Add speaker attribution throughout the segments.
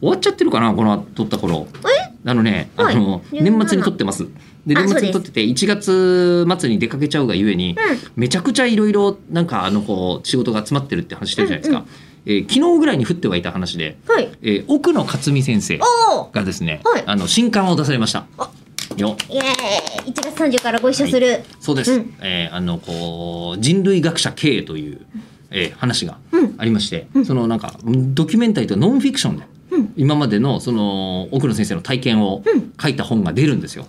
Speaker 1: 終わっちゃってるかなこの撮った頃あのね、
Speaker 2: はい
Speaker 1: あの
Speaker 2: 17
Speaker 1: 年末に撮ってますで
Speaker 2: あ
Speaker 1: 年
Speaker 2: そう
Speaker 1: 末
Speaker 2: で
Speaker 1: に
Speaker 2: す
Speaker 1: 撮ってて1月末に出かけちゃうがゆえに、めちゃくちゃいろいろなんかあのこう仕事が詰まってるって話してるじゃないですか、
Speaker 2: うん
Speaker 1: えー昨日ぐらいに降ってはいた話で、
Speaker 2: うん。はい。
Speaker 1: えー奥野克美先生
Speaker 2: おお。
Speaker 1: がですね、
Speaker 2: はい
Speaker 1: あの新刊を出されました
Speaker 2: あ
Speaker 1: よ
Speaker 2: イエーイ。1月30からご一緒する。
Speaker 1: そうです、
Speaker 2: うん
Speaker 1: えーあのこう人類学者経営という、えー話が
Speaker 2: うん
Speaker 1: ありまして、
Speaker 2: うん
Speaker 1: そのなんかドキュメンタリーとノンフィクションで、
Speaker 2: うん
Speaker 1: 今までのその奥野先生の体験を
Speaker 2: うん
Speaker 1: 書いた本が出るんですよ。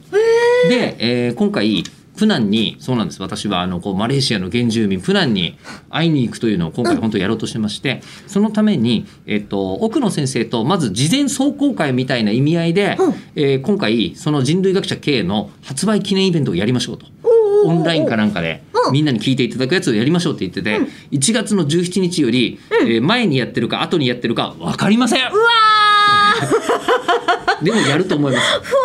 Speaker 1: で、えー今回プナンにそうなんです私はあのこうマレーシアの原住民プナンに会いに行くというのを今回
Speaker 2: うん
Speaker 1: 本当やろうとしてまして、そのために、えっと奥野先生とまず事前壮行会みたいな意味合いで、
Speaker 2: うん
Speaker 1: えー今回その人類学者経営の発売記念イベントをやりましょうと。
Speaker 2: おーおーおー
Speaker 1: オンラインかなんかで
Speaker 2: うん
Speaker 1: みんなに聞いていただくやつをやりましょうって言ってて、1月の17日より、えー前にやってるか後にやってるか分かりません
Speaker 2: うわー。
Speaker 1: でもやると思い ます
Speaker 2: ふわ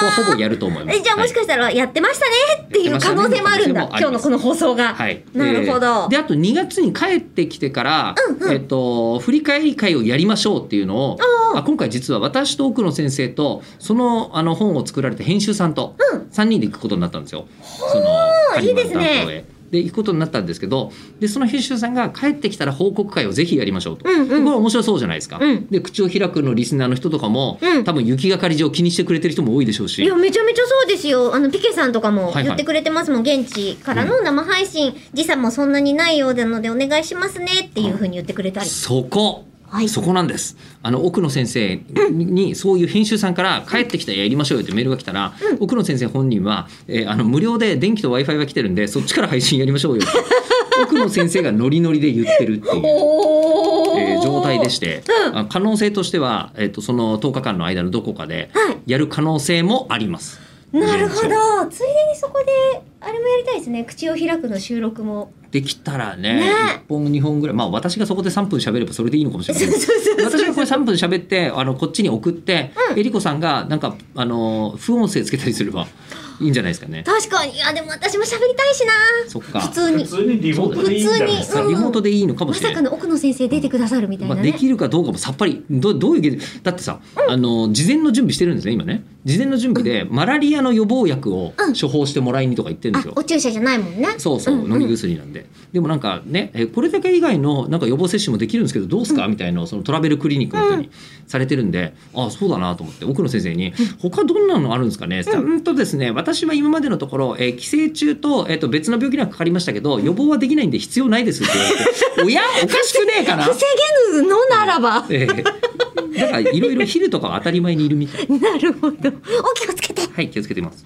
Speaker 1: これは
Speaker 2: ー。
Speaker 1: ほぼやると思います
Speaker 2: えじゃあもしかしたらやってましたねっていう可能性もあるんだ、
Speaker 1: やってましたね
Speaker 2: 今日のこの放送が、
Speaker 1: はい、
Speaker 2: なるほ
Speaker 1: えー
Speaker 2: ど、
Speaker 1: であと2月に帰ってきてから、
Speaker 2: うんうん
Speaker 1: えっと振り返り会をやりましょうっていうのを
Speaker 2: おー
Speaker 1: あ今回実は私と奥野先生とそのあの本を作られた編集さんと
Speaker 2: うん
Speaker 1: 3人で行くことになったんですよ。そのカリマンタン島
Speaker 2: いいです
Speaker 1: へで行くことになったんですけどでその編集さんが帰ってきたら報告会をぜひやりましょうと。
Speaker 2: うんうん
Speaker 1: これ面白そうじゃないですか。
Speaker 2: うん
Speaker 1: で口を開くのリスナーの人とかも、
Speaker 2: うん
Speaker 1: 多分雪がかり上気にしてくれてる人も多いでしょうし
Speaker 2: いやめちゃめちゃそうですよあのピケさんとかも
Speaker 1: いはい
Speaker 2: 言ってくれてますもん、現地からの生配信、時差もそんなにないようなのでお願いしますねっていうふうに言ってくれたり、
Speaker 1: そこ、
Speaker 2: はい
Speaker 1: そこなんですあの奥野先生ににそういう編集さんから帰ってきたらやりましょうよってメールが来たら、奥野先生本人は、えーあの無料で電気と w i f i が来てるんでそっちから配信やりましょうよって 奥野先生がノリノリで言ってるっていう。
Speaker 2: お
Speaker 1: えー状態でしてて、
Speaker 2: うん
Speaker 1: あ可能性としては、えー、とその10日間の間のどこかで
Speaker 2: はい
Speaker 1: やる可能性もあります。
Speaker 2: なるほどついでにそこであれもやりたいですね口を開くの収録 も
Speaker 1: できたら
Speaker 2: ね
Speaker 1: ね1本2本ぐらいまあ私がそこで3分喋ればそれでいいのかもしれない 私がこれ3分喋ってあのこっちに送って、
Speaker 2: うん
Speaker 1: えりこさんがなんかあの不音声つけたりすればいいんじゃないですかね。
Speaker 2: 確かにいやでも私も喋りたいしな
Speaker 1: そっか
Speaker 2: 普通
Speaker 3: 普
Speaker 2: に
Speaker 3: 通にリモートでいいんじゃないですか
Speaker 2: 普通にうん
Speaker 1: リモートでいいのかも
Speaker 2: ま
Speaker 1: しれな
Speaker 2: さか
Speaker 1: い。
Speaker 2: の奥野先生出てくださるみたい
Speaker 1: ま
Speaker 2: な
Speaker 1: あ、
Speaker 2: ね、
Speaker 1: できるかどうかもさっぱりどどういう原理だってさ、あの事前の準備してるんですね今ね事前の準備でマラリアの予防薬を
Speaker 2: うん
Speaker 1: 処方してもらいにとか言ってるんです
Speaker 2: あ
Speaker 1: よ、
Speaker 2: お注射じゃないもんね
Speaker 1: そうそう、
Speaker 2: んん
Speaker 1: 飲み薬なんででもなんかねえこれだけ以外のなんか予防接種もできるんですけどどうすか、みたいなそのトラベルクリニックの人にされてるんで、あそうだなと思って奥野先生に「他どんなのあるんですかね?」って言ったらうんとですね私は今までのところ、えー寄生虫と,、えーと別の病気にはかかりましたけど予防はできないんで必要ないです」って 言われて「おやおかしくねえ かな?
Speaker 2: 防げぬのならば、
Speaker 1: え ー」だからいろいろ昼とかは当たり前にいるみたい。
Speaker 2: なるほどお気をつけて
Speaker 1: はい気をつけてます。